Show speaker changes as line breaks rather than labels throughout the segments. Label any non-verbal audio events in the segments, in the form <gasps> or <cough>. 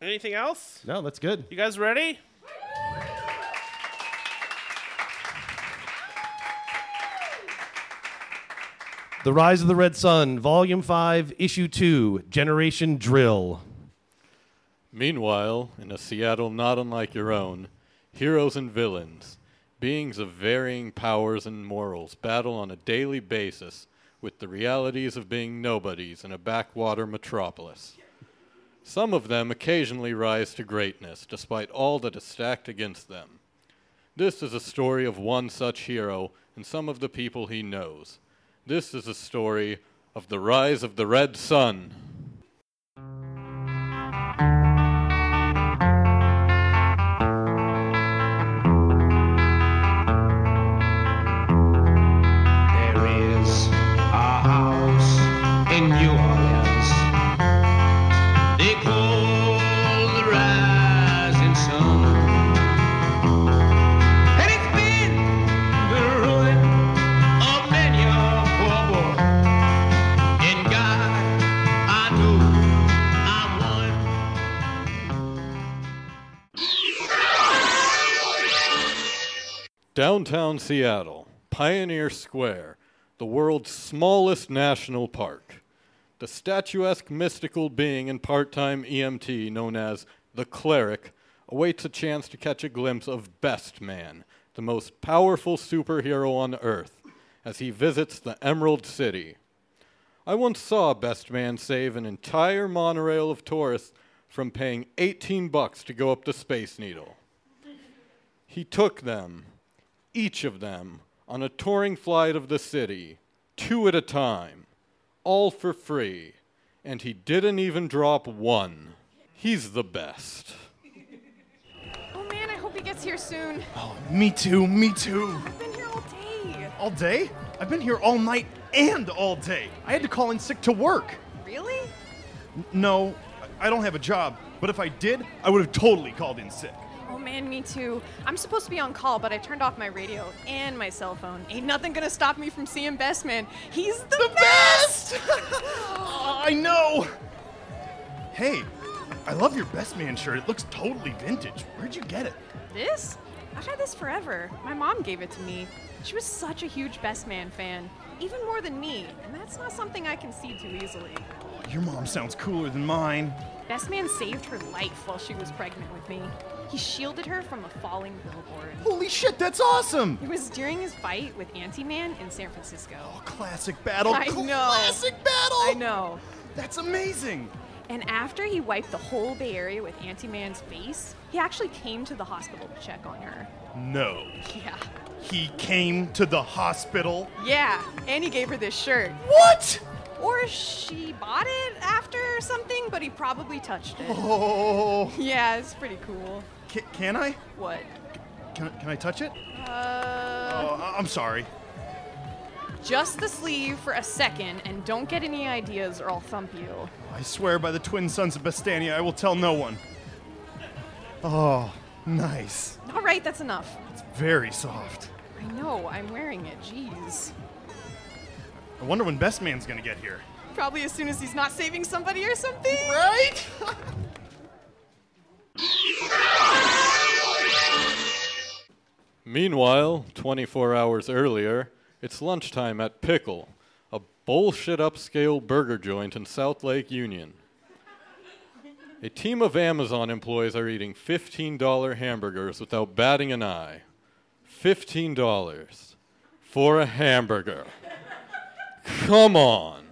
Anything else?
No, that's good.
You guys ready?
The Rise of the Red Sun, Volume 5, Issue 2, Generation Drill.
Meanwhile, in a Seattle not unlike your own, heroes and villains, beings of varying powers and morals, battle on a daily basis with the realities of being nobodies in a backwater metropolis. Some of them occasionally rise to greatness, despite all that is stacked against them. This is a story of one such hero and some of the people he knows. This is a story of the rise of the Red Sun.
There is a house in New Orleans. They call the rising sun. And it's been the ruin of many a poor boy. In God, I know I'm one.
Downtown Seattle, Pioneer Square, the world's smallest national park. The statuesque mystical being and part time EMT known as the Cleric awaits a chance to catch a glimpse of Best Man, the most powerful superhero on Earth, as he visits the Emerald City. I once saw Best Man save an entire monorail of tourists from paying 18 bucks to go up the Space Needle. He took them, each of them on a touring flight of the city, two at a time, all for free, and he didn't even drop one. He's the best.
Oh man, I hope he gets here soon.
Me too, me too.
I've been here all day.
All day? I've been here all night and all day. I had to call in sick to work.
Really?
No, I don't have a job, but if I did, I would have totally called in sick.
Oh man, me too. I'm supposed to be on call, but I turned off my radio and my cell phone. Ain't nothing gonna stop me from seeing Best Man. He's the, best!
Ah, I know! Hey, I love your best man shirt. It looks totally vintage. Where'd you get it?
<laughs> this? I've had this forever. My mom gave it to me. She was such a huge Best Man fan, even more than me, and that's not something I can see too easily.
Your mom sounds cooler than mine.
Best Man saved her life while she was pregnant with me. He shielded her from a falling billboard.
Holy shit, that's awesome!
It was during his fight with Anti-Man in San Francisco.
Classic battle.
I know.
Classic battle.
I know.
That's amazing.
And after he wiped the whole Bay Area with Anti Man's face, he actually came to the hospital to check on her.
No.
Yeah.
He came to the hospital.
Yeah. And he gave her this shirt.
What?
Or she bought it after or something, but he probably touched it.
Oh.
Yeah, it's pretty cool.
Ca- can I?
What?
Can, can I touch it?
Uh,
Oh, I- I'm sorry.
just the sleeve for a second, and don't get any ideas or I'll thump you.
I swear by the twin sons of Bestania, I will tell no one. Oh, nice.
All right, that's enough.
It's very soft.
I know, I'm wearing it. Jeez.
I wonder when Best Man's gonna get here.
Probably as soon as he's not saving somebody or something.
Right?
Meanwhile, 24 hours earlier, it's lunchtime at Pickle, a bullshit upscale burger joint in South Lake Union. A team of Amazon employees are eating $15 hamburgers without batting an eye. $15 for a hamburger. Come on.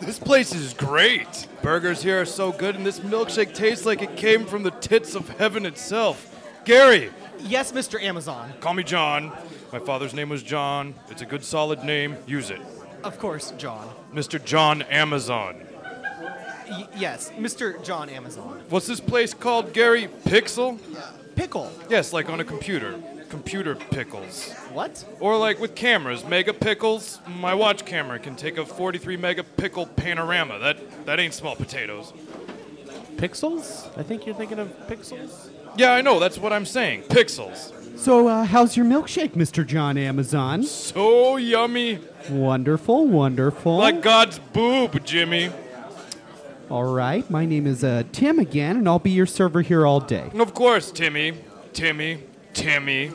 This place is great. Burgers here are so good, and this milkshake tastes like it came from the tits of heaven itself. Gary,
Yes, Mr. Amazon.
call me John. My father's name was John. It's a good, solid name. Use it.
Of course, John.
Mr. John Amazon.
Y- yes, Mr. John Amazon.
What's this place called, Gary? Pixel?
Pickle.
Yes, like on a computer. Computer pickles.
What?
Or like with cameras, mega pickles. My watch camera can take a 43 megapixel panorama. That that ain't small potatoes.
Pixels? I think you're thinking of Pixels.
Yeah, I know. That's what I'm saying. Pixels.
So, uh, how's your milkshake, Mr. John Amazon?
So Oh, yummy.
Wonderful, wonderful.
Like God's boob, Jimmy.
All right, my name is uh, Tim again, and I'll be your server here all day.
And of course, Timmy, Timmy, Timmy.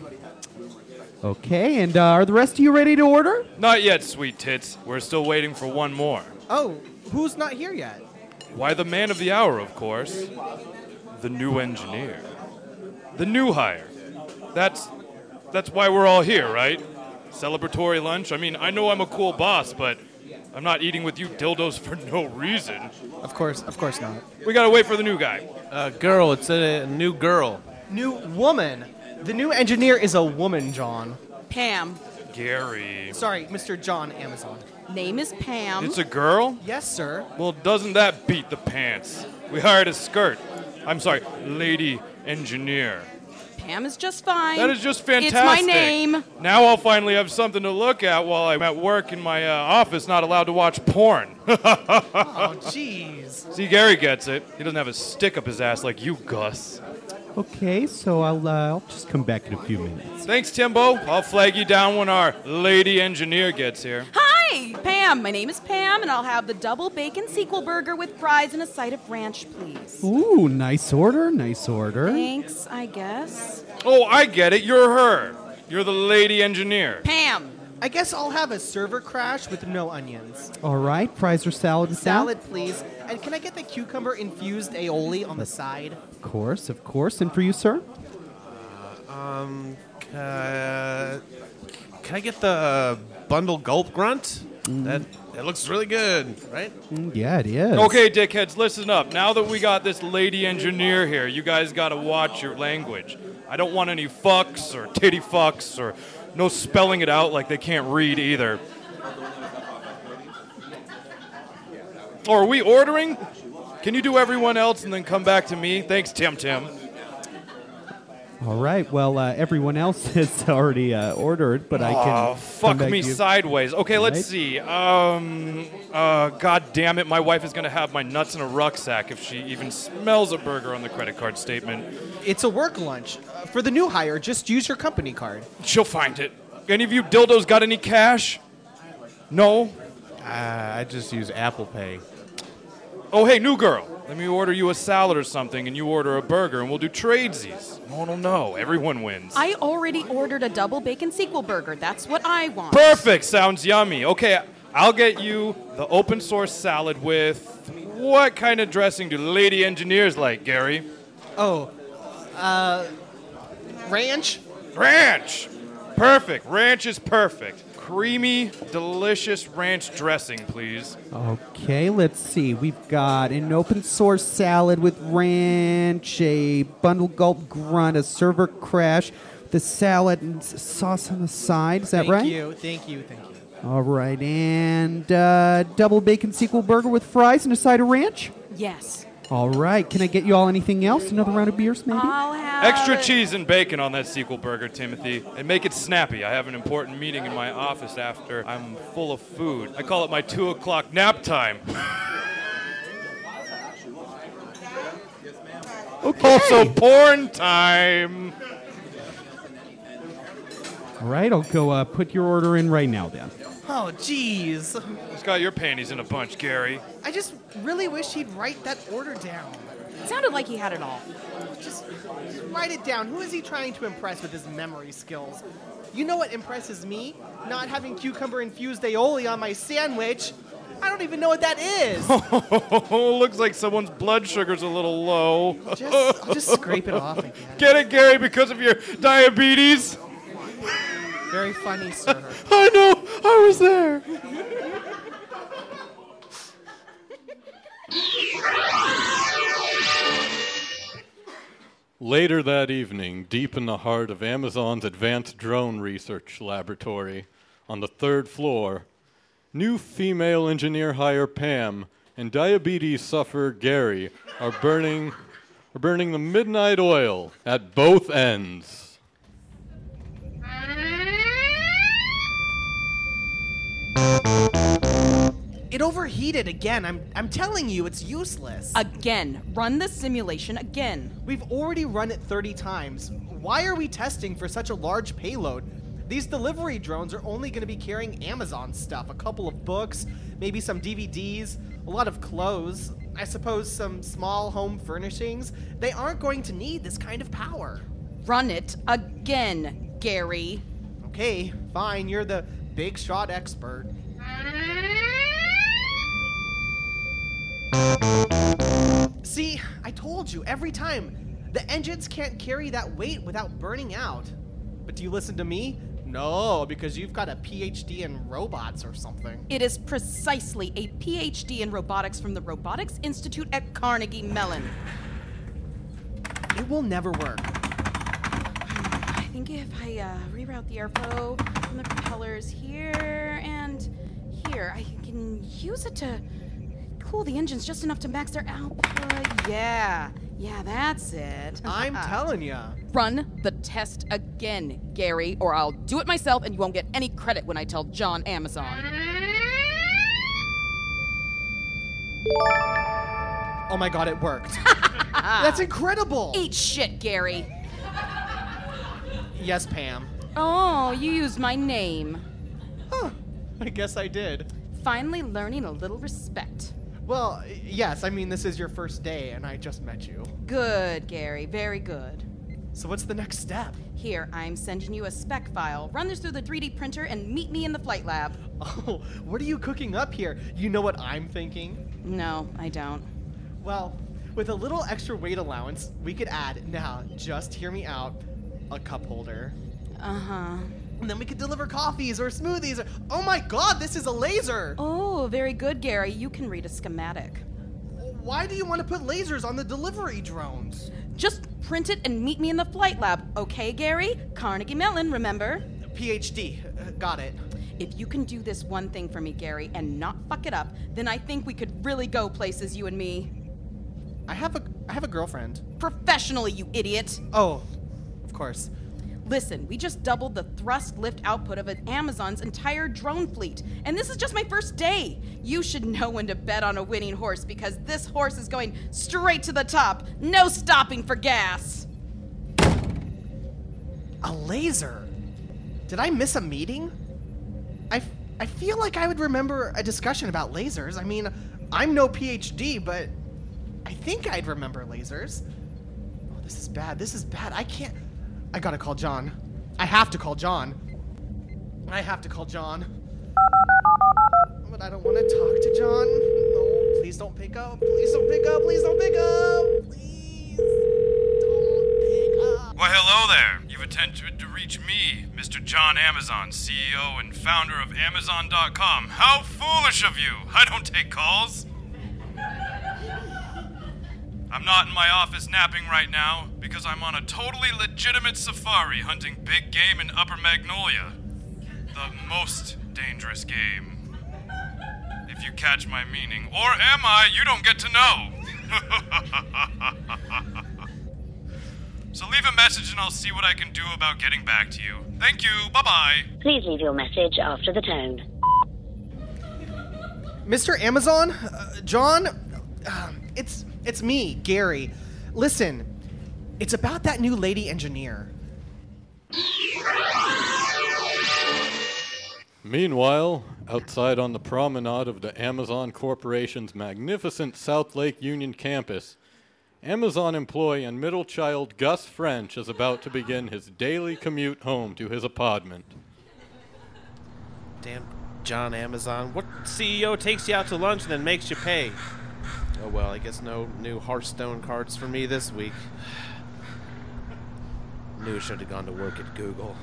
Okay, and uh, are the rest of you ready to order?
Not yet, sweet tits. We're still waiting for one more.
Oh, who's not here yet?
Why, the man of the hour, of course. The new engineer. The new hire. That's that's why we're all here, right? Celebratory lunch. I mean, I know I'm a cool boss, but I'm not eating with you dildos for no reason.
Of course, of course not.
We gotta wait for the new guy.
Uh, girl, it's a new girl.
New woman. The new engineer is a woman, John.
Pam.
Gary.
Sorry, Mr. John Amazon.
Name is Pam.
It's a girl?
Um, Yes, sir.
Well, doesn't that beat the pants? We hired a skirt. I'm sorry, lady engineer.
Pam is just fine.
That is just fantastic.
It's my name.
Now I'll finally have something to look at while I'm at work in my uh, office, not allowed to watch porn. <laughs>
Oh, jeez.
See, Gary gets it. He doesn't have a stick up his ass like you, Gus.
Okay, so I'll, uh, I'll just come back in a few minutes.
Thanks, Timbo. I'll flag you down when our lady engineer gets here.
Hi, Pam. My name is Pam, and I'll have the double bacon sequel burger with fries and a side of ranch, please.
Ooh, nice order, nice order.
Thanks, I guess.
Oh, I get it. You're her. You're the lady engineer.
Pam.
I guess I'll have a server crash with no onions.
All right, fries or salad? and
Salad, please. And can I get the cucumber infused aioli on the side?
Of course, of course. And for you, sir?
Uh, Um, can I get the uh, bundle gulp grunt?
Mm-hmm.
That that looks really good, right?
Mm, yeah, it is.
Okay, dickheads, listen up. Now that we got this lady engineer here, you guys gotta watch your language. I don't want any fucks or titty fucks or no spelling it out like they can't read either. Oh, are we ordering? Can you do everyone else and then come back to me? Thanks, Tim Tim.
All right, well, uh, everyone else <laughs> has already uh, ordered, but I can.
Oh, fuck
come back
me
to you.
sideways. Okay,
Right.
let's see. Um, uh, God damn it, my wife is gonna have my nuts in a rucksack if she even smells a burger on the credit card statement.
It's a work lunch. Uh, for the new hire, just use your company card.
She'll find it. Any of you dildos got any cash? No?
Uh, I just use Apple Pay.
Oh, hey, new girl. Let me order you a salad or something, and you order a burger, and we'll do tradesies. No one will know. Everyone wins.
I already ordered a double bacon sequel burger. That's what I want.
Perfect. Sounds yummy. Okay, I'll get you the open source salad with what kind of dressing do lady engineers like, Gary?
Oh, uh, ranch?
Ranch. Perfect. Ranch is perfect. Creamy, delicious ranch dressing, please.
Okay, let's see. We've got an open source salad with ranch, a bundle gulp grunt, a server crash, the salad and s- sauce on the side. Is that
thank
right?
you, thank you, thank you.
All right, and uh, double bacon sequel burger with fries and a side of ranch.
Yes.
All right, can I get you all anything else? Another round of beers, maybe?
I'll have
Extra cheese and bacon on that sequel burger, Timothy. And make it snappy. I have an important meeting in my office after I'm full of food. I call it my two o'clock nap time. <laughs> Also, porn time.
All right, I'll go uh, put your order in right now then.
Oh, jeez.
Just got your panties in a bunch, Gary. <laughs>
I just really wish he'd write that order down.
It sounded like he had it all.
Just write it down. Who is he trying to impress with his memory skills? You know what impresses me? Not having cucumber infused aioli on my sandwich. I don't even know what that is.
<laughs>
Oh, Looks like someone's blood sugar's a little low.
just, I'll just scrape
<laughs>
it off again.
Get it, Gary, because of your diabetes?
Very funny, sir.
<laughs>
I know, I was there.
Later that evening, deep in the heart of Amazon's Advanced Drone Research Laboratory, on the third floor, new female engineer hire Pam and diabetes sufferer Gary are burning, are burning the midnight oil at both ends.
It overheated again. I'm, I'm telling you, it's useless.
Again. Run the simulation again.
We've already run it 30 times. Why are we testing for such a large payload? These delivery drones are only going to be carrying Amazon stuff, a couple of books, maybe some DVDs, a lot of clothes, I suppose some small home furnishings. They aren't going to need this kind of power.
Run it again, Gary.
Okay, fine, you're the big shot expert. See, I told you every time. The engines can't carry that weight without burning out. But do you listen to me? No, because you've got a PhD in robots or something.
It is precisely a PhD in robotics from the Robotics Institute at Carnegie Mellon.
It will never work.
I think if I uh, reroute the airflow from the propellers here and here, I can use it to cool the engines just enough to max their output. Yeah, yeah, that's it. <laughs>
I'm telling you.
Run the test again, Gary, or I'll do it myself and you won't get any credit when I tell John Amazon.
Oh my god, it worked. <laughs> <laughs> That's incredible.
Eat shit, Gary.
Yes, Pam.
Oh, you used my name.
I guess I did.
Finally learning a little respect.
Well, y- yes, I mean, this is your first day and I just met you.
Good, Gary. Very good.
So, what's the next step?
Here, I'm sending you a spec file. Run this through the 3D printer and meet me in the flight lab.
Oh, what are you cooking up here? You know what I'm thinking?
No, I don't.
Well, with a little extra weight allowance, we could add, now, just hear me out, a cup holder.
Uh huh.
And then we could deliver coffees or smoothies or. Oh my god, this is a laser!
Oh, very good, Gary. You can read a schematic.
Why do you want to put lasers on the delivery drones?
Just print it and meet me in the flight lab, okay, Gary? Carnegie Mellon, remember?
PhD. Uh, Got it.
If you can do this one thing for me, Gary, and not fuck it up, then I think we could really go places, you and me.
I have a I have a girlfriend.
Professionally, you idiot!
Oh, of course.
Listen, we just doubled the thrust lift output of an Amazon's entire drone fleet, and this is just my first day. You should know when to bet on a winning horse because this horse is going straight to the top. No stopping for gas.
A laser. Did I miss a meeting? I, f- I feel like I would remember a discussion about lasers. I mean, I'm no PhD, but I think I'd remember lasers. Oh, this is bad. This is bad. I can't. I gotta call John. I have to call John. I have to call John. But I don't want to talk to John. No, please don't pick up. Please don't pick up. Please don't pick up.
Well, hello there. You've attempted to reach me, Mr. John Amazon, CEO and founder of Amazon.com. How foolish of you! I don't take calls. I'm not in my office napping right now because I'm on a totally legitimate safari hunting big game in Upper Magnolia. The most dangerous game. If you catch my meaning, or am I, you don't get to know. <laughs> so leave a message and I'll see what I can do about getting back to you. Thank you, bye bye.
Please leave your message after the tone.
Mr. Amazon, uh, John, um, it's it's me, Gary. Listen, it's about that new lady engineer.
Meanwhile, outside on the promenade of the Amazon Corporation's magnificent South Lake Union campus, Amazon employee and middle child Gus French is about to begin his daily commute home to his apartment.
Damn John Amazon. What CEO takes you out to lunch and then makes you pay? Oh well, I guess no new Hearthstone cards for me this week. Knew I should have gone to work at Google.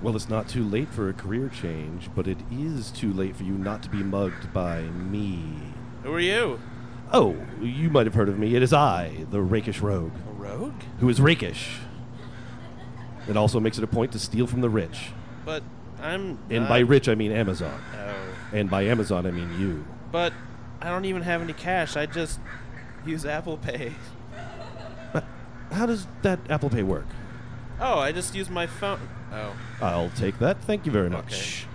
Well, it's not too late for a career change, but it is too late for you not to be mugged by me.
Who are you?
Oh, you might have heard of me. It is I, the rakish rogue,
A rogue?
who is rakish. It also makes it a point to steal from the rich.
But I'm.
And
not-
by rich, I mean Amazon.
Oh.
And by Amazon, I mean you. <laughs>
But I don't even have any cash. I just use Apple Pay.
But how does that Apple Pay work?
Oh, I just use my phone. Oh,
I'll take that. Thank you very much.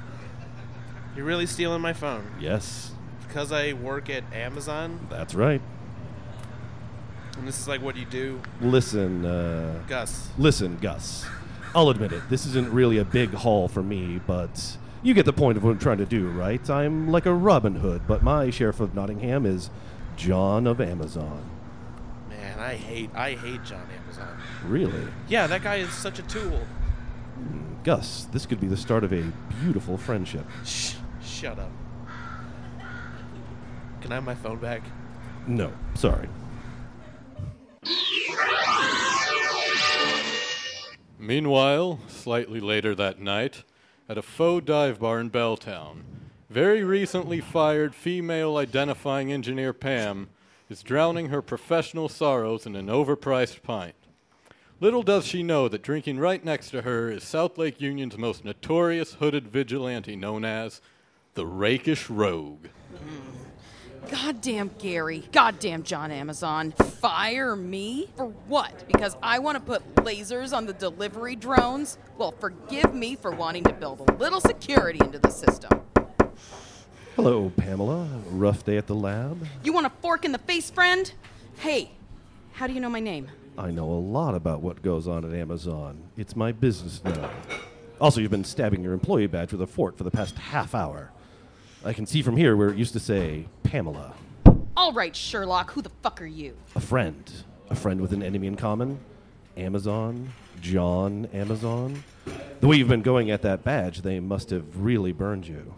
you're really stealing my phone
Yes,
because I work at Amazon,
that's right.
and this is like what you do,
Listen, uh,
Gus.
listen, Gus. I'll admit it. This isn't really a big haul for me, but you get the point of what I'm trying to do, right? I'm like a Robin Hood, but my sheriff of Nottingham is John of Amazon.
Man, I hate I hate John Amazon.
Really?
Yeah, that guy is such a tool.
Gus, this could be the start of a beautiful friendship.
Shh, shut up. Can I have my phone back?
No, sorry.
Meanwhile, slightly later that night, at a faux dive bar in Belltown, very recently fired female identifying engineer Pam is drowning her professional sorrows in an overpriced pint. Little does she know that drinking right next to her is South Lake Union's most notorious hooded vigilante known as the Rakish Rogue.
Goddamn Gary. Goddamn John Amazon. Fire me? For what? Because I want to put lasers on the delivery drones? Well, forgive me for wanting to build a little security into the system.
Hello, Pamela. Rough day at the lab?
You want a fork in the face, friend? Hey, how do you know my name?
I know a lot about what goes on at Amazon. It's my business now. Also, you've been stabbing your employee badge with a fork for the past half hour. I can see from here where it used to say Pamela,
All right, Sherlock, who the fuck are you?
a friend, a friend with an enemy in common, Amazon, John Amazon. The way you've been going at that badge, they must have really burned you.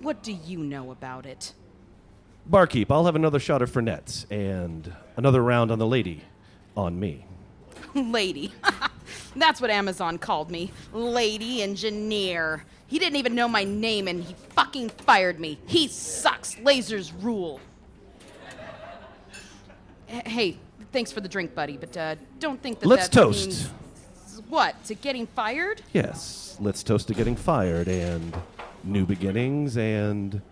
What do you know about it? <laughs>
Barkeep, I'll have another shot of Fernett's and another round on the lady, on me.
Lady. <laughs> That's what Amazon called me. Lady engineer. He didn't even know my name and he fucking fired me. He sucks. Lasers rule. H- Hey, thanks for the drink, buddy, but uh, don't think that
Let's
that
toast.
means- what? To getting fired?
Yes, let's toast to getting fired and new beginnings and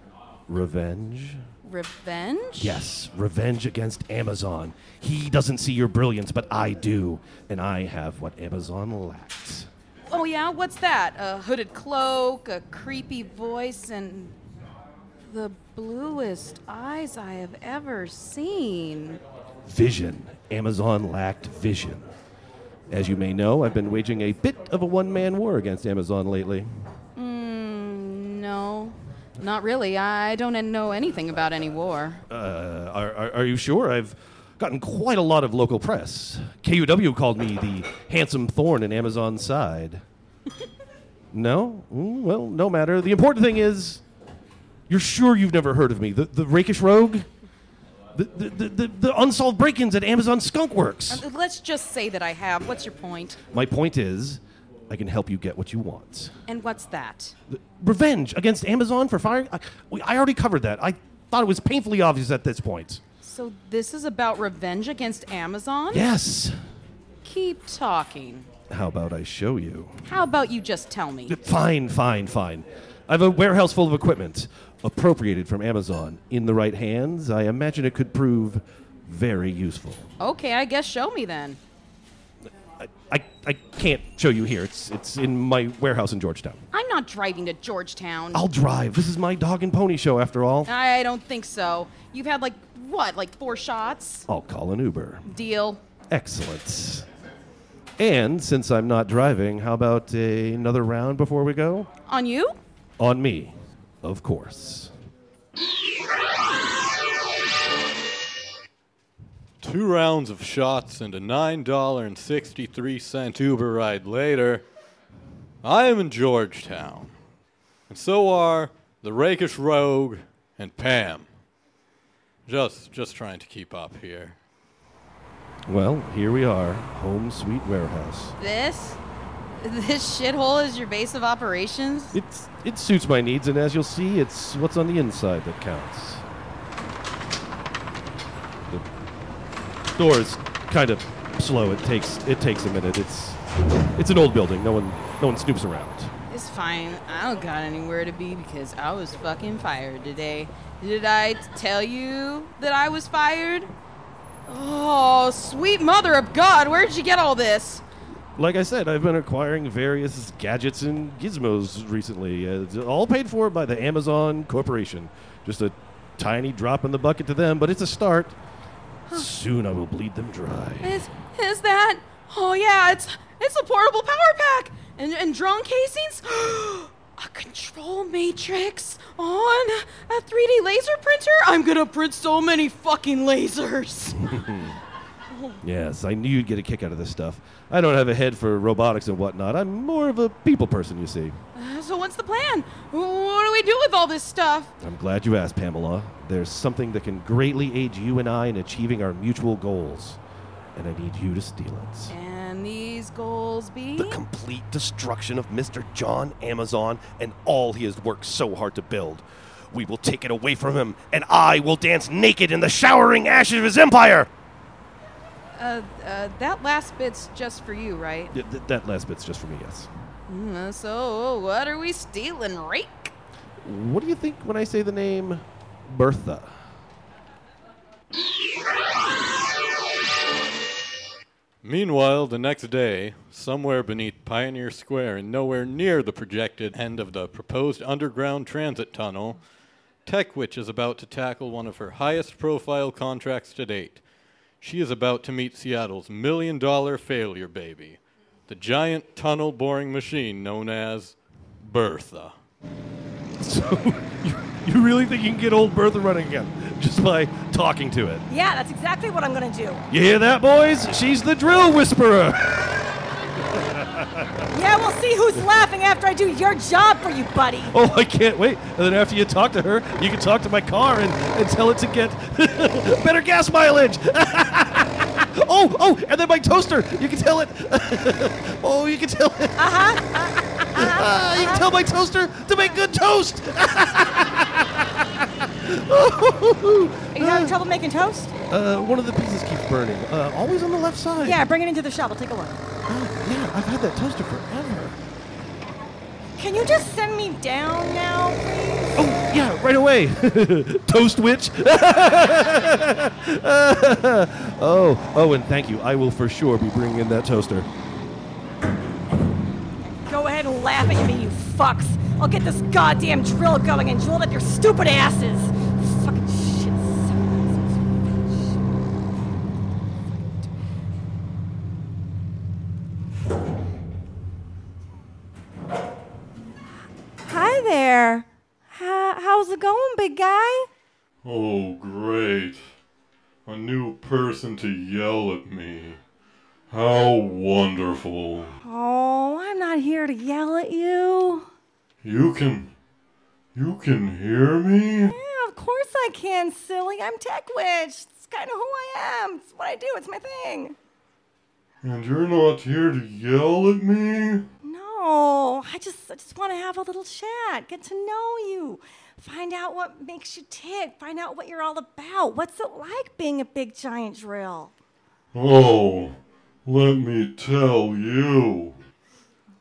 revenge.
Revenge?
Yes, revenge against Amazon. He doesn't see your brilliance, but I do, and I have what Amazon lacks.
Oh, yeah? What's that? A hooded cloak, a creepy voice, and the bluest eyes I have ever seen.
Vision. Amazon lacked vision. As you may know, I've been waging a bit of a one man war against Amazon lately.
Mm, no, not really. I don't know anything about any war.
Uh, are, are, are you sure? I've gotten quite a lot of local press. KUW called me the handsome thorn in Amazon's side. no? Mm, well, no matter. The important thing is, you're sure you've never heard of me. The, the rakish rogue? The, the, the, the, the unsolved break ins at Amazon Skunk Works.
Uh, Let's just say that I have. What's your point?
My point is, I can help you get what you want.
And what's that?
The- Revenge against Amazon for firing? I, we- I already covered that. I thought it was painfully obvious at this point.
So this is about revenge against Amazon?
Yes.
Keep talking.
How about I show you?
How about you just tell me?
Fine, fine, fine. I have a warehouse full of equipment, appropriated from Amazon. In the right hands, I imagine it could prove very useful.
Okay, I guess show me then.
I, I can't show you here. It's, it's in my warehouse in Georgetown.
I'm not driving to Georgetown.
I'll drive. This is my dog and pony show, after all.
I don't think so. You've had like what, like four shots?
I'll call an Uber.
Deal.
Excellent. And since I'm not driving, how about a, another round before we go?
On you?
On me, of course.
Two rounds of shots and a $9.63 Uber ride later, I am in Georgetown. And so are the rakish rogue and Pam. Just just trying to keep up here.
Well, here we are, home sweet warehouse.
This? This shithole is your base of operations?
It's, it suits my needs, and as you'll see, it's what's on the inside that counts. The door is kind of slow. It takes it takes a minute. It's it's an old building. No one no one snoops around.
It's fine. I don't got anywhere to be because I was fucking fired today. Did I t- tell you that I was fired? Oh, sweet mother of God, where'd you get all this?
Like I said, I've been acquiring various gadgets and gizmos recently, uh, it's all paid for by the Amazon Corporation. Just a tiny drop in the bucket to them, but it's a start. Soon I will bleed them dry.
Is is that? Oh yeah, it's it's a portable power pack.
And, and drone casings? <gasps> a control matrix on a 3D laser printer? I'm gonna print so many fucking lasers.
<laughs> yes, I knew you'd get a kick out of this stuff. I don't have a head for robotics and whatnot. I'm more of a people person, you see.
Uh, so, what's the plan? Wh- What do we do with all this stuff?
I'm glad you asked, Pamela. There's something that can greatly aid you and I in achieving our mutual goals, and I need you to steal it.
And these goals be?
The complete destruction of Mr. John Amazon and all he has worked so hard to build. We will take it away from him, and I will dance naked in the showering ashes of his empire!
uh, uh, that last bit's just for you, right?
that last bit's just for me, yes.
Mm, so, what are we stealing, Rake?
What do you think when I say the name Bertha?
Meanwhile, the next day, somewhere beneath Pioneer Square and nowhere near the projected end of the proposed underground transit tunnel, TechWitch is about to tackle one of her highest profile contracts to date. She is about to meet Seattle's million dollar failure baby, the giant tunnel boring machine known as Bertha.
You really think you can get old Bertha running again just by talking to it?
Yeah, that's exactly what I'm gonna do.
You hear that, boys? She's the drill whisperer! <laughs>
Yeah, we'll see who's laughing after I do your job for you,
<laughs>
buddy.
Oh, I can't wait. And then after you talk to her, you can talk to my car and, and tell it to get <laughs> better gas mileage. <laughs> <laughs> oh, oh, and then my toaster. You can tell it. <laughs> oh, you can tell it. Uh-huh. <laughs> you can tell my toaster to make good toast.
Are you having trouble making toast?
uh, one of the pieces keeps burning. Uh, always on the left side.
Yeah, bring it into the shop. I'll take a look.
Yeah, I've had that toaster forever.
Can you just send me down now, please?
Yeah, right away. <laughs> Toast witch. <laughs> oh, oh, and thank you. I will for sure be bringing in that toaster.
Go ahead and laugh at me, you fucks. I'll get this goddamn drill going and drill it up your stupid asses. Fucking shit.
Hi there. How, how's it going, big guy?
Oh, great. A new person to yell at me. How wonderful.
Oh, I'm not here to yell at you.
You can. You can hear me?
Yeah, of course I can, silly. I'm Tech Witch. It's kind of who I am. It's what I do. It's my thing.
And you're not here to yell at me?
No, I just I just want to have a little chat, get to know you, find out what makes you tick, find out what you're all about. What's it like being a big giant drill?
Oh, let me tell you.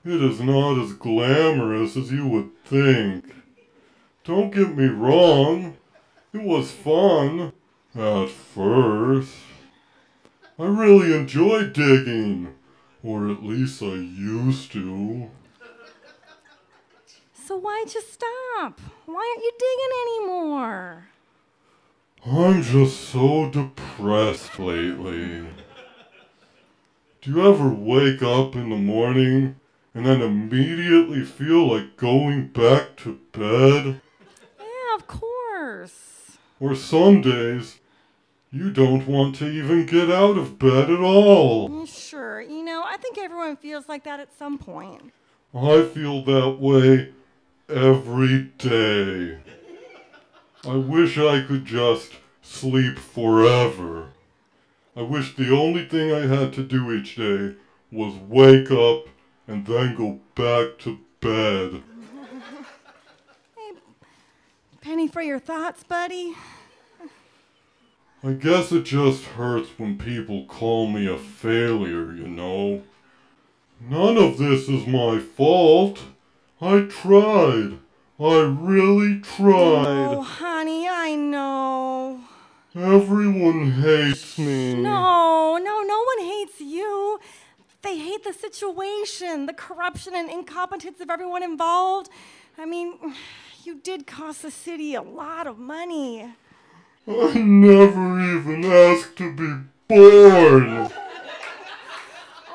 It is not as glamorous as you would think. Don't get me wrong, it was fun at first. I really enjoy digging, or at least I used to.
So why'd you stop? Why aren't you digging anymore?
I'm just so depressed lately. Do you ever wake up in the morning and then immediately feel like going back to bed?
Yeah, of course.
Or some days, you don't want to even get out of bed at all.
Mm, Sure, you know, I think everyone feels like that at some point.
I feel that way every day. I wish I could just sleep forever. I wish the only thing I had to do each day was wake up and then go back to bed.
Penny for your thoughts, buddy.
I guess it just hurts when people call me a failure, you know. None of this is my fault. I tried. I really
Oh,
tried.
honey, I know.
Everyone hates me.
No, no, no one hates you. They hate the situation, the corruption and incompetence of everyone involved. I mean, you did cost the city a lot of money.
I never even asked to be born.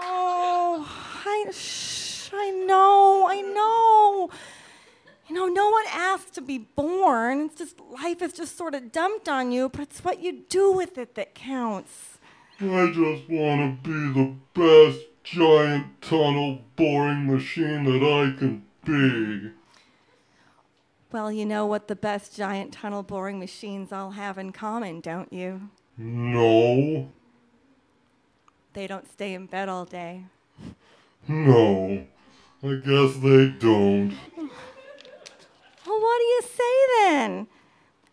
Oh, I, shh, I know. just sort of dumped on you, but it's what you do with it that counts.
I just want to be the best giant tunnel boring machine that I can be.
Well, you know what the best giant tunnel boring machines all have in common, don't you?
No,
They don't stay in bed all day.
no, I guess they don't.
Well, what do you say then?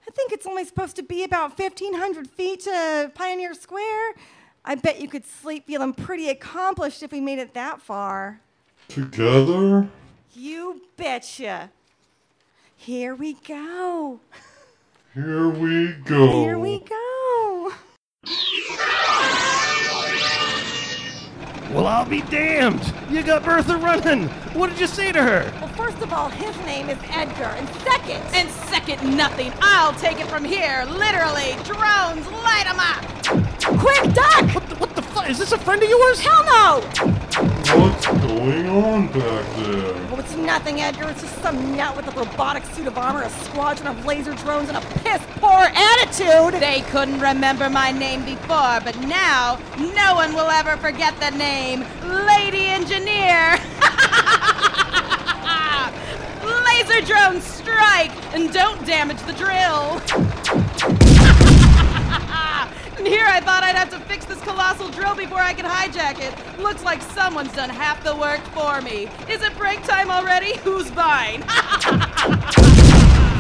I think it's only supposed to be about 1,500 feet to Pioneer Square. I bet you could sleep feeling pretty accomplished if we made it that far.
Together?
You betcha. Here we go.
Here we go.
Here we go.
Well, I'll be damned! You got Bertha running! What did you say to her?
Well, first of all, his name is Edgar, and
Second and second nothing. I'll take it from here. Literally, drones, light 'em up.
Quick, duck!
What
the, what the fuck? Is this a friend of yours?
Hell no!
What's going on back there?
Well, it's nothing, Edgar. It's just some nut with a robotic suit of armor, a squadron of laser drones, and a piss poor attitude.
They couldn't remember my name before, but now no one will ever forget the name Lady Engineer. <laughs> Laser drone strike and don't damage the drill. <laughs> And Here I thought I'd have to fix this colossal drill before I could hijack it. Looks like someone's done half the work for me. Is it break time already? Who's buying? <laughs>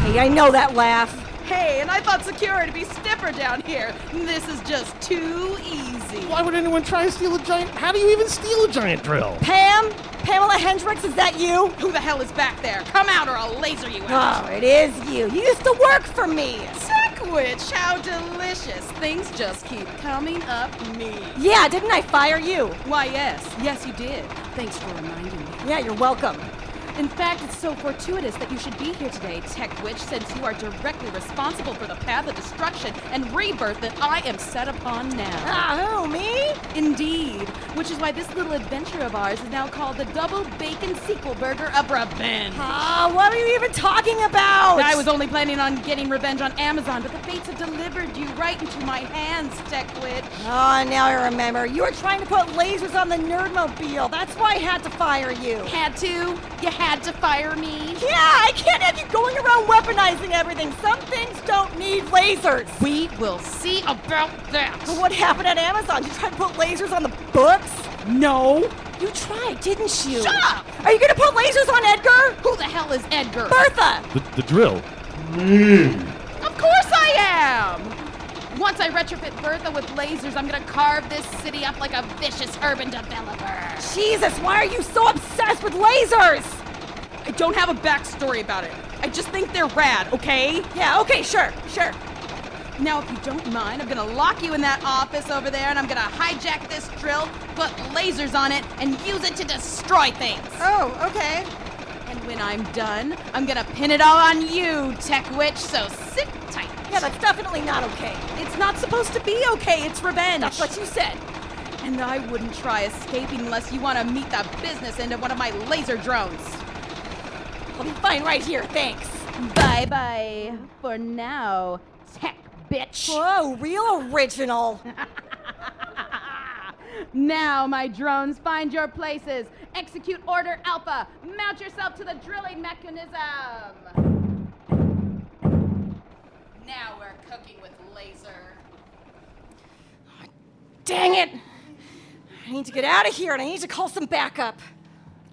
Hey, I know that laugh.
Hey, and I thought security would be stiffer down here. This is just too easy.
Why would anyone try to steal a giant? How do you even steal a giant drill?
Pam? Pamela Hendricks, is that you?
Who the hell is back there? Come out or I'll laser you out.
Oh, it is you. You used to work for me.
Sackwitch, how delicious. Things just keep coming up me.
Yeah, didn't I fire you?
Why, yes. Yes, you did. Thanks for reminding me.
Yeah, you're welcome.
In fact, it's so fortuitous that you should be here today, Tech Witch, since you are directly responsible for the path of destruction and rebirth that I am set upon now.
Ah, who, me?
Indeed. Which is why this little adventure of ours is now called the Double Bacon Sequel Burger of Revenge.
Ah, what are you even talking about?
I was only planning on getting revenge on Amazon, but the fates have delivered you right into my hands, Tech Witch.
Oh, now I remember. You were trying to put lasers on the Nerdmobile. That's why I had to fire you.
Had to? You had to fire me?
Yeah, I can't have you going around weaponizing everything. Some things don't need lasers.
We will see about that.
But what happened at Amazon? You tried to put lasers on the books? No. You tried, didn't you?
Shut up!
Are you gonna put lasers on Edgar?
Who the hell is Edgar?
Bertha!
The, the drill.
Me.
Of course I am! Once I retrofit Bertha with lasers, I'm gonna carve this city up like a vicious urban developer.
Jesus, why are you so obsessed with lasers?
I don't have a backstory about it. I just think they're rad, okay?
Yeah, okay, sure, sure.
Now, if you don't mind, I'm gonna lock you in that office over there and I'm gonna hijack this drill, put lasers on it, and use it to destroy things.
Oh, okay.
And when I'm done, I'm gonna pin it all on you, Tech Witch, so sit tight.
Yeah, that's definitely not okay.
It's not supposed to be okay, it's revenge.
That's what you said.
And I wouldn't try escaping unless you want to meet the business end of one of my laser drones.
I'll be fine right here, thanks.
Bye bye for now, tech bitch.
Whoa, real original.
<laughs> Now, my drones, find your places. Execute order Alpha. Mount yourself to the drilling mechanism. Now we're cooking with laser.
Dang it! I need to get out of here and I need to call some backup.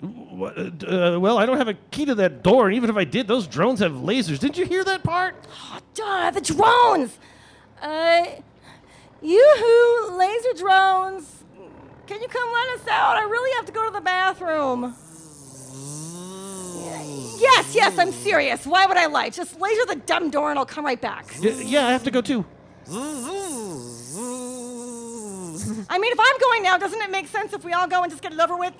What, uh, d- uh, well, I don't have a key to that door, and even if I did, those drones have lasers. Didn't you hear that part?
Oh, Duh, the drones! Uh, yoo-hoo, laser drones! Can you come let us out? I really have to go to the bathroom. Yes, yes, I'm serious. Why would I lie? Just laser the dumb door and I'll come right back.
Y- yeah, I have to go too.
I mean, if I'm going now, doesn't it make sense if we all go and just get it over with?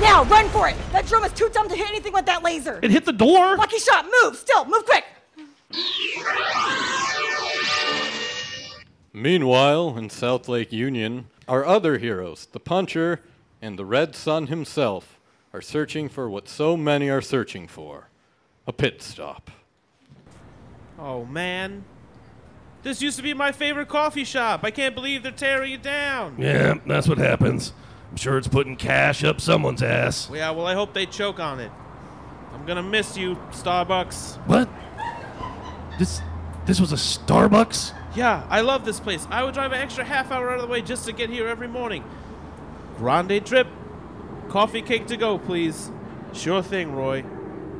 Now, run for it! That drum is too dumb to hit anything with that laser!
It hit the door?
Lucky shot, move, still, move quick!
Meanwhile, in South Lake Union, our other heroes, the Puncher and the Red Sun himself, are searching for what so many are searching for a pit stop.
Oh man. This used to be my favorite coffee shop. I can't believe they're tearing it down.
Yeah, that's what happens. I'm sure it's putting cash up someone's ass.
Yeah, well, I hope they choke on it. I'm gonna miss you, Starbucks.
What? This this was a Starbucks?
Yeah, I love this place. I would drive an extra half hour out of the way just to get here every morning. Grande trip. Coffee cake to go, please. Sure thing, Roy.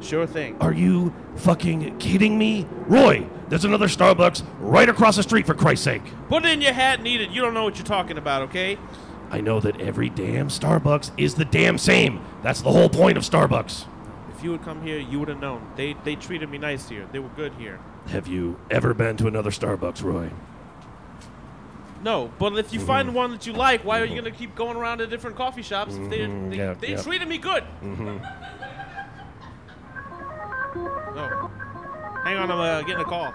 Sure thing.
Are you fucking kidding me? Roy, there's another Starbucks right across the street for Christ's sake.
Put it in your hat and eat it. You don't know what you're talking about, okay?
I know that every damn Starbucks is the damn same. That's the whole point of Starbucks.
If you had come here, you would have known. They they treated me nice here. They were good here.
Have you ever been to another Starbucks, Roy?
No, but if you
Mm-hmm.
find one that you like, why are you gonna keep going around to different coffee shops? if They
Mhm,
they,
yeah,
they
yeah.
treated me good. Mm-hmm. Oh. Hang on, I'm uh, getting a call.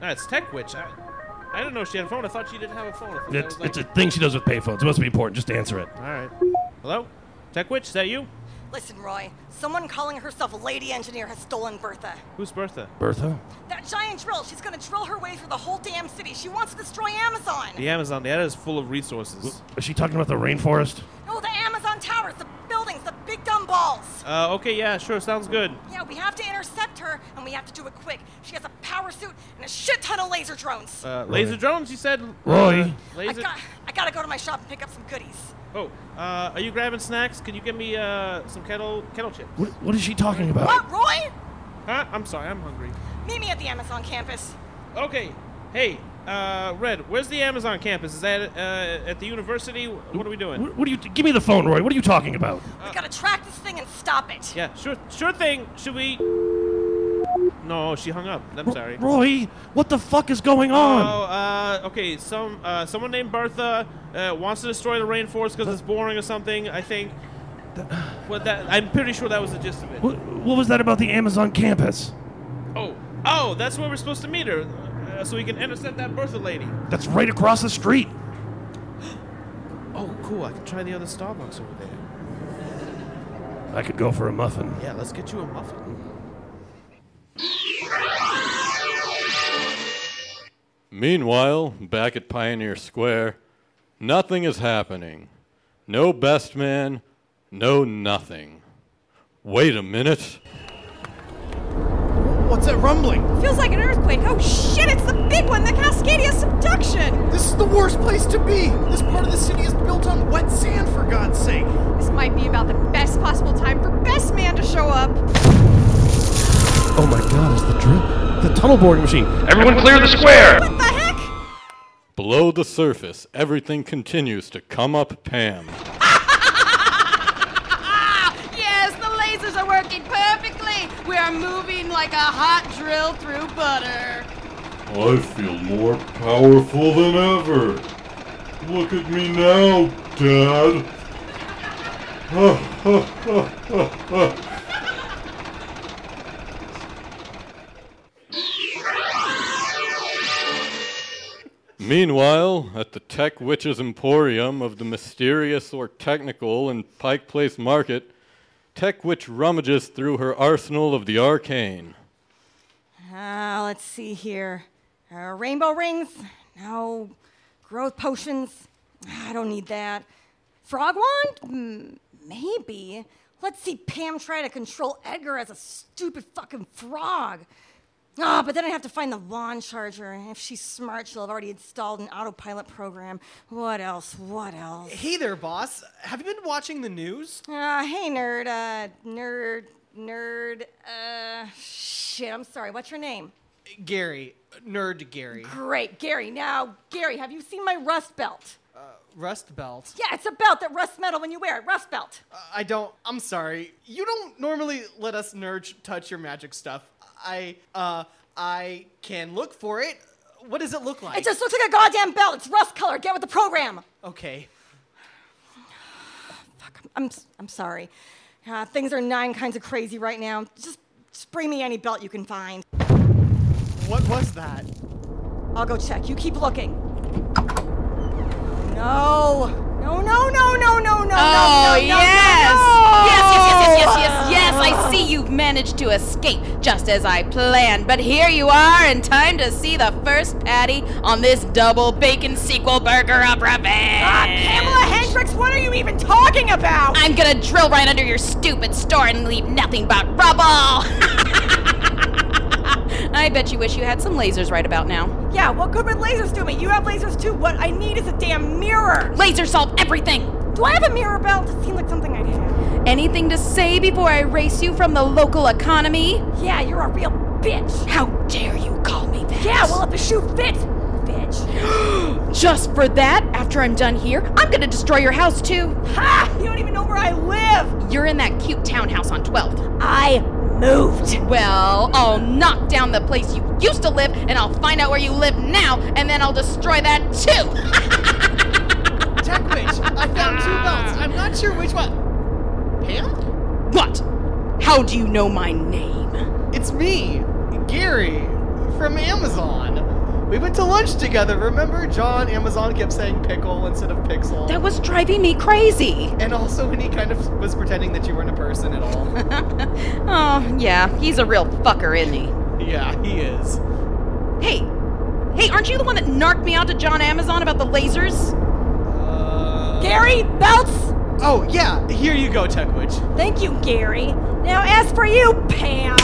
That's Tech Witch. I, I didn't know she had a phone. I thought she didn't have a phone. I thought that
It's,
was like-
it's a thing she does with payphones. It must be important. Just answer it.
All right. Hello? Tech Witch, is that you?
Listen, Roy, someone calling herself a lady engineer has stolen Bertha.
Who's Bertha?
Bertha?
That giant drill, she's gonna drill her way through the whole damn city. She wants to destroy Amazon.
The Amazon. The Edda is full of resources.
Is she talking about the rainforest?
No, the Amazon towers, the buildings, the big dumb balls.
Uh, okay, yeah, sure. Sounds good.
Yeah, we have to intercept her, and we have to do it quick. She has a power suit and a shit ton of laser drones.
Uh, laser drones, you said?
Roy.
Uh, laser.
I, got, I gotta go to my shop and pick up some goodies.
Oh, uh, are you grabbing snacks? Can you give me uh, some kettle kettle chips?
What, what is she talking about?
What, Roy?
Huh? I'm sorry, I'm hungry.
Meet me at the Amazon campus.
Okay. Hey, uh, Red, where's the Amazon campus? Is that uh, at the university? What are we doing?
What do you? Give me the phone, Roy. What are you talking about?
we gotta track this thing and stop it.
Yeah, sure, sure thing. Should we? No, she hung up. I'm sorry.
Roy, what the fuck is going on?
Oh, uh, okay. Some uh, someone named Bertha uh, wants to destroy the rainforest because it's boring or something. I think. Well, that I'm pretty sure that was the gist of it.
What, what was that about the Amazon campus?
Oh, oh, that's where we're supposed to meet her, uh, so we can intercept that Bertha lady.
That's right across the street.
Oh, cool. I can try the other Starbucks over there.
I could go for a muffin.
Yeah, let's get you a muffin.
Meanwhile, back at Pioneer Square, nothing is happening. No best man, no nothing. Wait a minute.
What's that rumbling?
Feels like an earthquake. Oh shit, it's the big one, the Cascadia subduction.
This is the worst place to be. This part of the city is built on wet sand, for God's sake.
This might be about the best possible time for best man to show up.
Oh my god, it's the drip. The tunnel boring machine. Everyone clear the square!
What the heck?
Below the surface, everything continues to come up Pam.
Yes, the lasers are working perfectly. We are moving like a hot drill through butter.
I feel more powerful than ever. Look at me now, Dad. Ha, ha, ha, ha, <laughs> ha.
Meanwhile, at the Tech Witches Emporium of the mysterious or technical in Pike Place Market, Tech Witch rummages through her arsenal of the arcane.
Uh, let's see here. Uh, rainbow rings? No. Growth potions? Ah, I don't need that. Frog wand? Mm, maybe. Let's see Pam try to control Edgar as a stupid fucking frog. Ah, but then I have to find the wand charger. If she's smart, she'll have already installed an autopilot program. What else? What else?
Hey there, boss. Have you been watching the news?
Uh, hey, nerd. Uh, nerd. Nerd. Uh, shit. I'm sorry. What's your name?
Gary. Nerd Gary.
Great, Gary. Now, Gary, have you seen my rust belt?
Rust belt.
Yeah, it's a belt that rusts metal when you wear it. Rust belt.
I don't. I'm sorry. You don't normally let us nerds touch your magic stuff. I, uh, I can look for it. What does it look like?
It just looks like a goddamn belt. It's rust color. Get with the program.
Okay.
I'm, s- I'm sorry. Uh, things are nine kinds of crazy right now. Just, just bring me any belt you can find.
What was that?
I'll go check. You keep looking.
Oh,
No. No, no, no, no, no, no, no, no, no, no, no,
<gasps> yes, yes, I see you've managed to escape just as I planned, but here you are in time to see the first patty on this double bacon sequel burger of revenge. Ah, Pamela Hendricks, what are you even talking about? I'm gonna drill right under your stupid store and leave nothing but rubble. <laughs> I bet you wish you had some lasers right about now.
Yeah, what good would lasers do me? You have lasers too. What I need is a damn mirror.
Lasers solve everything.
Do I have a mirror belt? It seemed like something I'd have.
Anything to say before I erase you from the local economy?
Yeah, you're a real bitch.
How dare you call me that?
Yeah, well, if the shoe fits, bitch.
<gasps> Just for that, after I'm done here, I'm gonna destroy your house too. Ha! You don't even know where I live! You're in that cute townhouse on 12th. I moved. Well, I'll knock down the place you used to live, and I'll find out where you live now, and then I'll destroy that too! <laughs>
Techwitch, I found two belts. I'm not sure which one. Pam?
What? How do you know my name?
It's me, Gary, from Amazon. We went to lunch together. Remember, John Amazon kept saying pickle instead of pixel.
That was driving me crazy.
And also when he kind of was pretending that you weren't a person at all.
<laughs> Oh, yeah, he's a real fucker, isn't he?
yeah, he is.
Hey, hey, aren't you the one that narked me out to John Amazon about the lasers?
Gary, belts!
Uh, Oh, yeah, here you go, Techwitch.
Thank you, Gary. Now, as for you, Pam.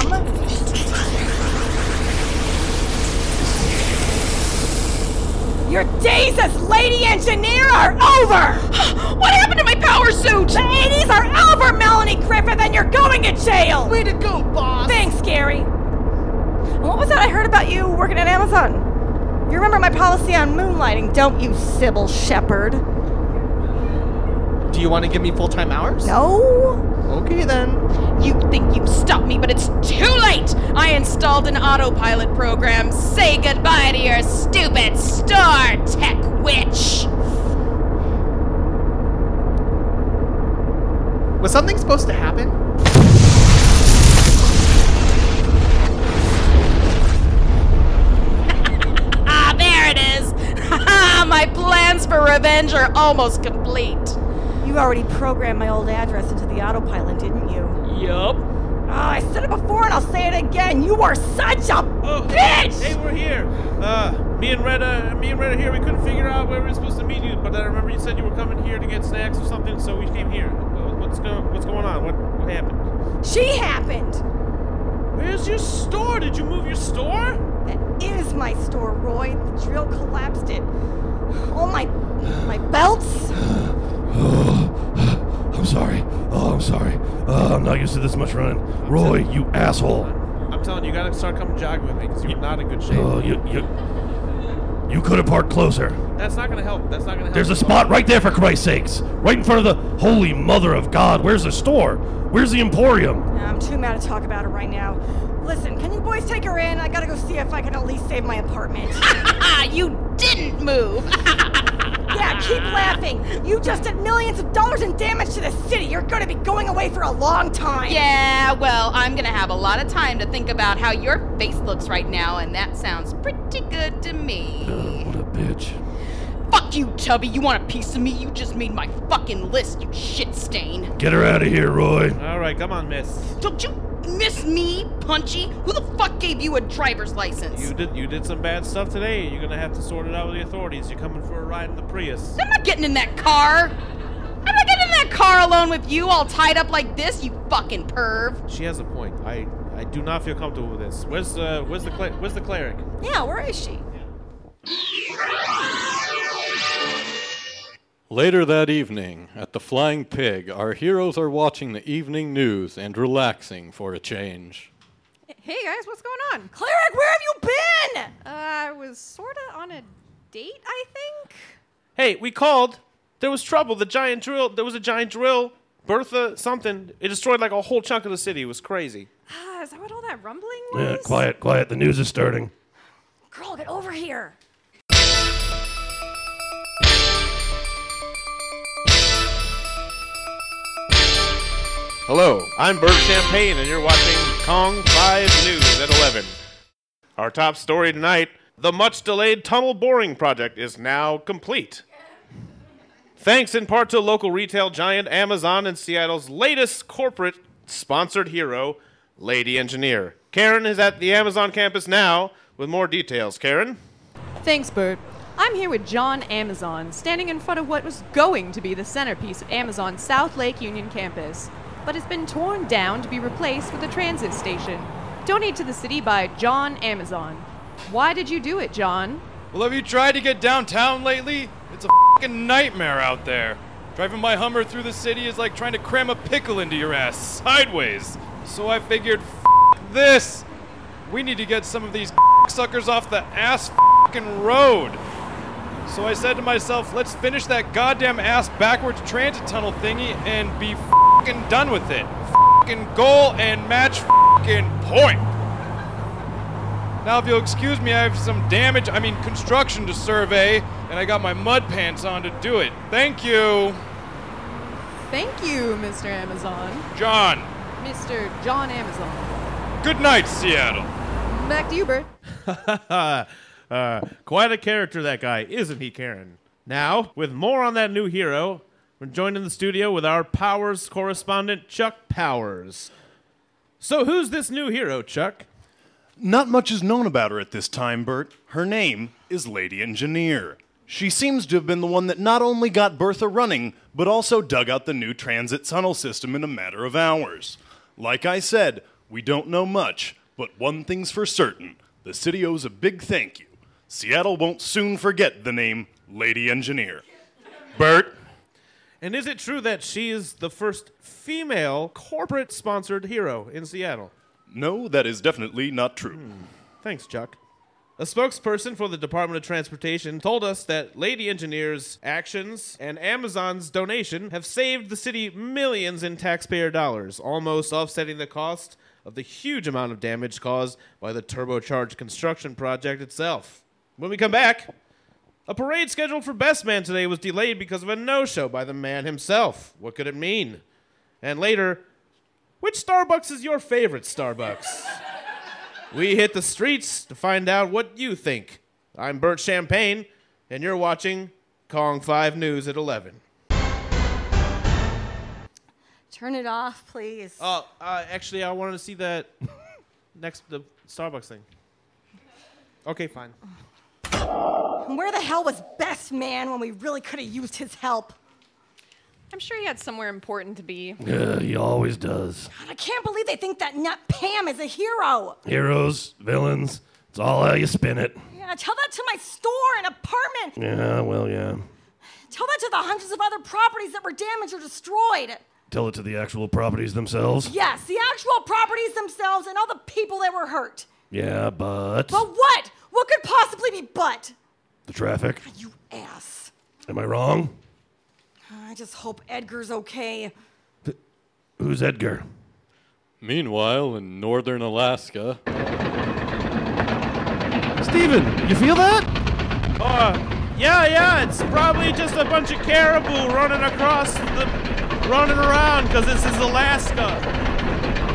Your days as lady engineer are over!
<gasps> what happened to my power suit?
The 80s are over, Melanie Griffith, and you're going to jail!
Way to go, boss!
Thanks, Gary. And what was that I heard about you working at Amazon? You remember my policy on moonlighting, don't you, Sybil Shepherd?
Do you want to give me full time hours?
No?
Okay then.
You think you stopped me, but it's too late! I installed an autopilot program. Say goodbye to your stupid star tech witch!
Was something supposed to happen?
Ah, there it is! <laughs> Ha Ah, My plans for revenge are almost complete.
You already programmed my old address into the autopilot, didn't you?
Yup.
Oh, I said it before and I'll say it again. You are such a
Oh.
bitch!
Hey, we're here. Uh, me and Red, uh, me and Red are here. We couldn't figure out where we were supposed to meet you, but I remember you said you were coming here to get snacks or something, so we came here. Uh, What's go, What's going on? What What happened?
She happened!
Where's your store? Did you move your store?
That is my store, Roy. The drill collapsed it. All my my belts.
I'm sorry. Oh, I'm sorry. Uh, I'm not used to this much running. Roy, you asshole.
I'm telling you, you gotta start coming jogging with me because you're not in good shape.
Oh, you you you could have parked closer.
That's not gonna help. That's not gonna help.
There's a spot right there for Christ's sakes, right in front of the Holy Mother of God. Where's the store? Where's the Emporium?
Nah, I'm too mad to talk about it right now. Listen, can you boys take her in? I gotta go see if I can at least save my apartment.
Ah, <laughs> you didn't move!
<laughs> yeah, keep laughing. You just did millions of dollars in damage to the city. You're gonna be going away for a long time.
Yeah, well, I'm gonna have a lot of time to think about how your face looks right now, and that sounds pretty good to me.
What a bitch.
Fuck you, Tubby. You want a piece of me? You just made my fucking list, you shit stain.
Get her out of here, Roy.
All right, come on, Miss.
Don't you miss me, Punchy? Who the fuck gave you a driver's license?
You did you did some bad stuff today. You're gonna have to sort it out with the authorities. You're coming for a ride in the Prius.
I'm not getting in that car. I'm not getting in that car alone with you, all tied up like this, you fucking perv.
She has a point. I I do not feel comfortable with this. Where's the where's the cler- where's the cleric?
Yeah, where is she?
Later that evening, at the Flying Pig, our heroes are watching the evening news and relaxing for a change.
Hey guys, what's going on?
Cleric, where have you been?
Uh, I was sorta on a date, I think.
Hey, we called. There was trouble. The giant drill. There was a giant drill. Bertha something. It destroyed like a whole chunk of the city. It was crazy.
Ah, is that what all that rumbling was?
Yeah, Eh, quiet, quiet. The news is starting.
Girl, get over here.
Hello, I'm Bert Champagne, and you're watching Kong 5 News at 11. Our top story tonight the much delayed tunnel boring project is now complete. Thanks in part to local retail giant Amazon and Seattle's latest corporate sponsored hero, Lady Engineer. Karen is at the Amazon campus now with more details. Karen?
Thanks, Bert. I'm here with John Amazon, standing in front of what was going to be the centerpiece of Amazon's South Lake Union campus, but has been torn down to be replaced with a transit station. Donated to the city by John Amazon. Why did you do it, John?
Well, have you tried to get downtown lately? It's a fing nightmare out there. Driving my Hummer through the city is like trying to cram a pickle into your ass sideways. So I figured, f this. We need to get some of these <laughs> suckers off the ass fing road. So I said to myself, let's finish that goddamn ass backwards transit tunnel thingy and be fing done with it. Fing goal and match fing point. Now, if you'll excuse me, I have some damage, I mean, construction to survey, and I got my mud pants on to do it. Thank you,
Thank you, Mr. Amazon.
John.
Mr. John Amazon.
Good night, Seattle.
Back to you, Bert.
<laughs> uh, quite a character, that guy, isn't he, Karen? Now, with more on that new hero, we're joined in the studio with our Powers correspondent, Chuck Powers. So, who's this new hero, Chuck?
Not much is known about her at this time, Bert. Her name is Lady Engineer. She seems to have been the one that not only got Bertha running, but also dug out the new transit tunnel system in a matter of hours. Like I said, we don't know much, but one thing's for certain the city owes a big thank you. Seattle won't soon forget the name Lady Engineer. Bert?
And is it true that she is the first female corporate sponsored hero in Seattle? Hmm.
No, that is definitely not true.
Thanks, Chuck. A spokesperson for the Department of Transportation told us that Lady Engineer's actions and Amazon's donation have saved the city millions in taxpayer dollars, almost offsetting the cost of the huge amount of damage caused by the turbocharged construction project itself. When we come back, a parade scheduled for Best Man today was delayed because of a no show by the man himself. What could it mean? And later, which Starbucks is your favorite <laughs> Starbucks? we hit the streets to find out what you think. I'm Bert Champagne, and you're watching Kong 5 News at 11.
Turn it off, please.
Oh, uh, actually, I wanted to see <laughs> that next, the Starbucks thing. Okay, fine.
And Where the hell was Best Man when we really could have used his help?
I'm sure he had somewhere important to be.
Uh,
Yeah, he always does.
God, I can't believe they think that nut Pam is a hero.
Heroes, villains, it's all how you spin it.
Yeah, tell that to my store and apartment.
Yeah, well, yeah.
Tell that to the hundreds of other properties that were damaged or destroyed.
Tell it to the actual properties themselves.
Yes, the actual properties themselves and all the people that were hurt.
Yeah, but
But what? What could possibly be but?
the traffic.
Ass.
Am I wrong?
I just hope Edgar's okay.
Who's Edgar?
Meanwhile, in northern Alaska,
Steven, you feel that?
Uh, yeah, yeah, it's probably just a bunch of caribou running across the. running around because this is Alaska.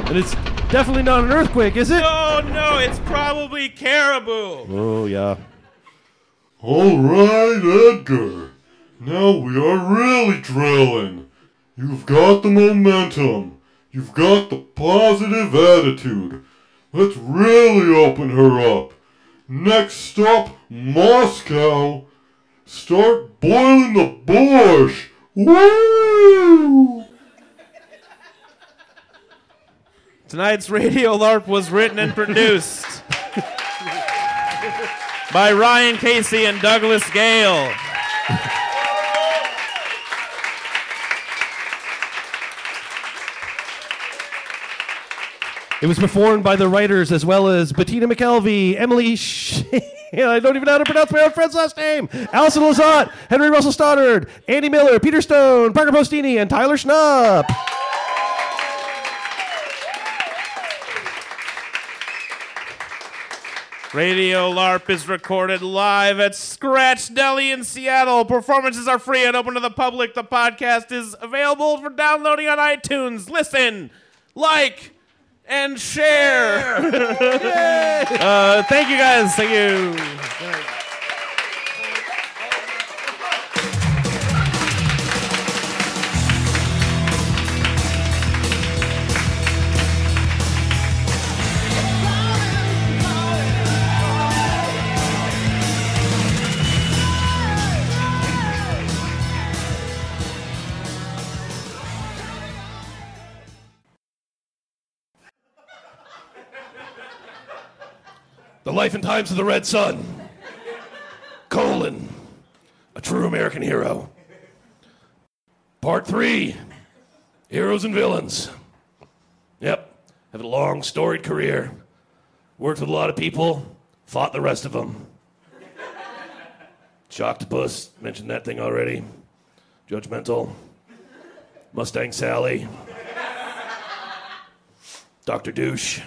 And it's definitely not an earthquake, is it?
No, no, it's probably caribou.
Oh, yeah.
All right, Edgar. Now we are really drilling. You've got the momentum. You've got the positive attitude. Let's really open her up. Next stop, Moscow. Start boiling the borscht. Woo!
Tonight's Radio LARP was written and <laughs> produced by Ryan Casey and Douglas Gale.
It was performed by the writers as well as Bettina McKelvey, Emily. Sh- <laughs> I don't even know how to pronounce my own friend's last name. Allison Lazat, Henry Russell Stoddard, Andy Miller, Peter Stone, Parker Postini, and Tyler Schnapp.
Radio LARP is recorded live at Scratch Deli in Seattle. Performances are free and open to the public. The podcast is available for downloading on iTunes. Listen, like, and share. uh, <laughs> thank you guys. Thank you.
The Life and Times of the Red Sun. colon. A True American Hero. Part three. Heroes and Villains. Yep. Have a long, storied career. Worked with a lot of people. Fought the rest of them. Choctopus. Mentioned that thing already. Judgmental. Mustang Sally. Dr. Douche.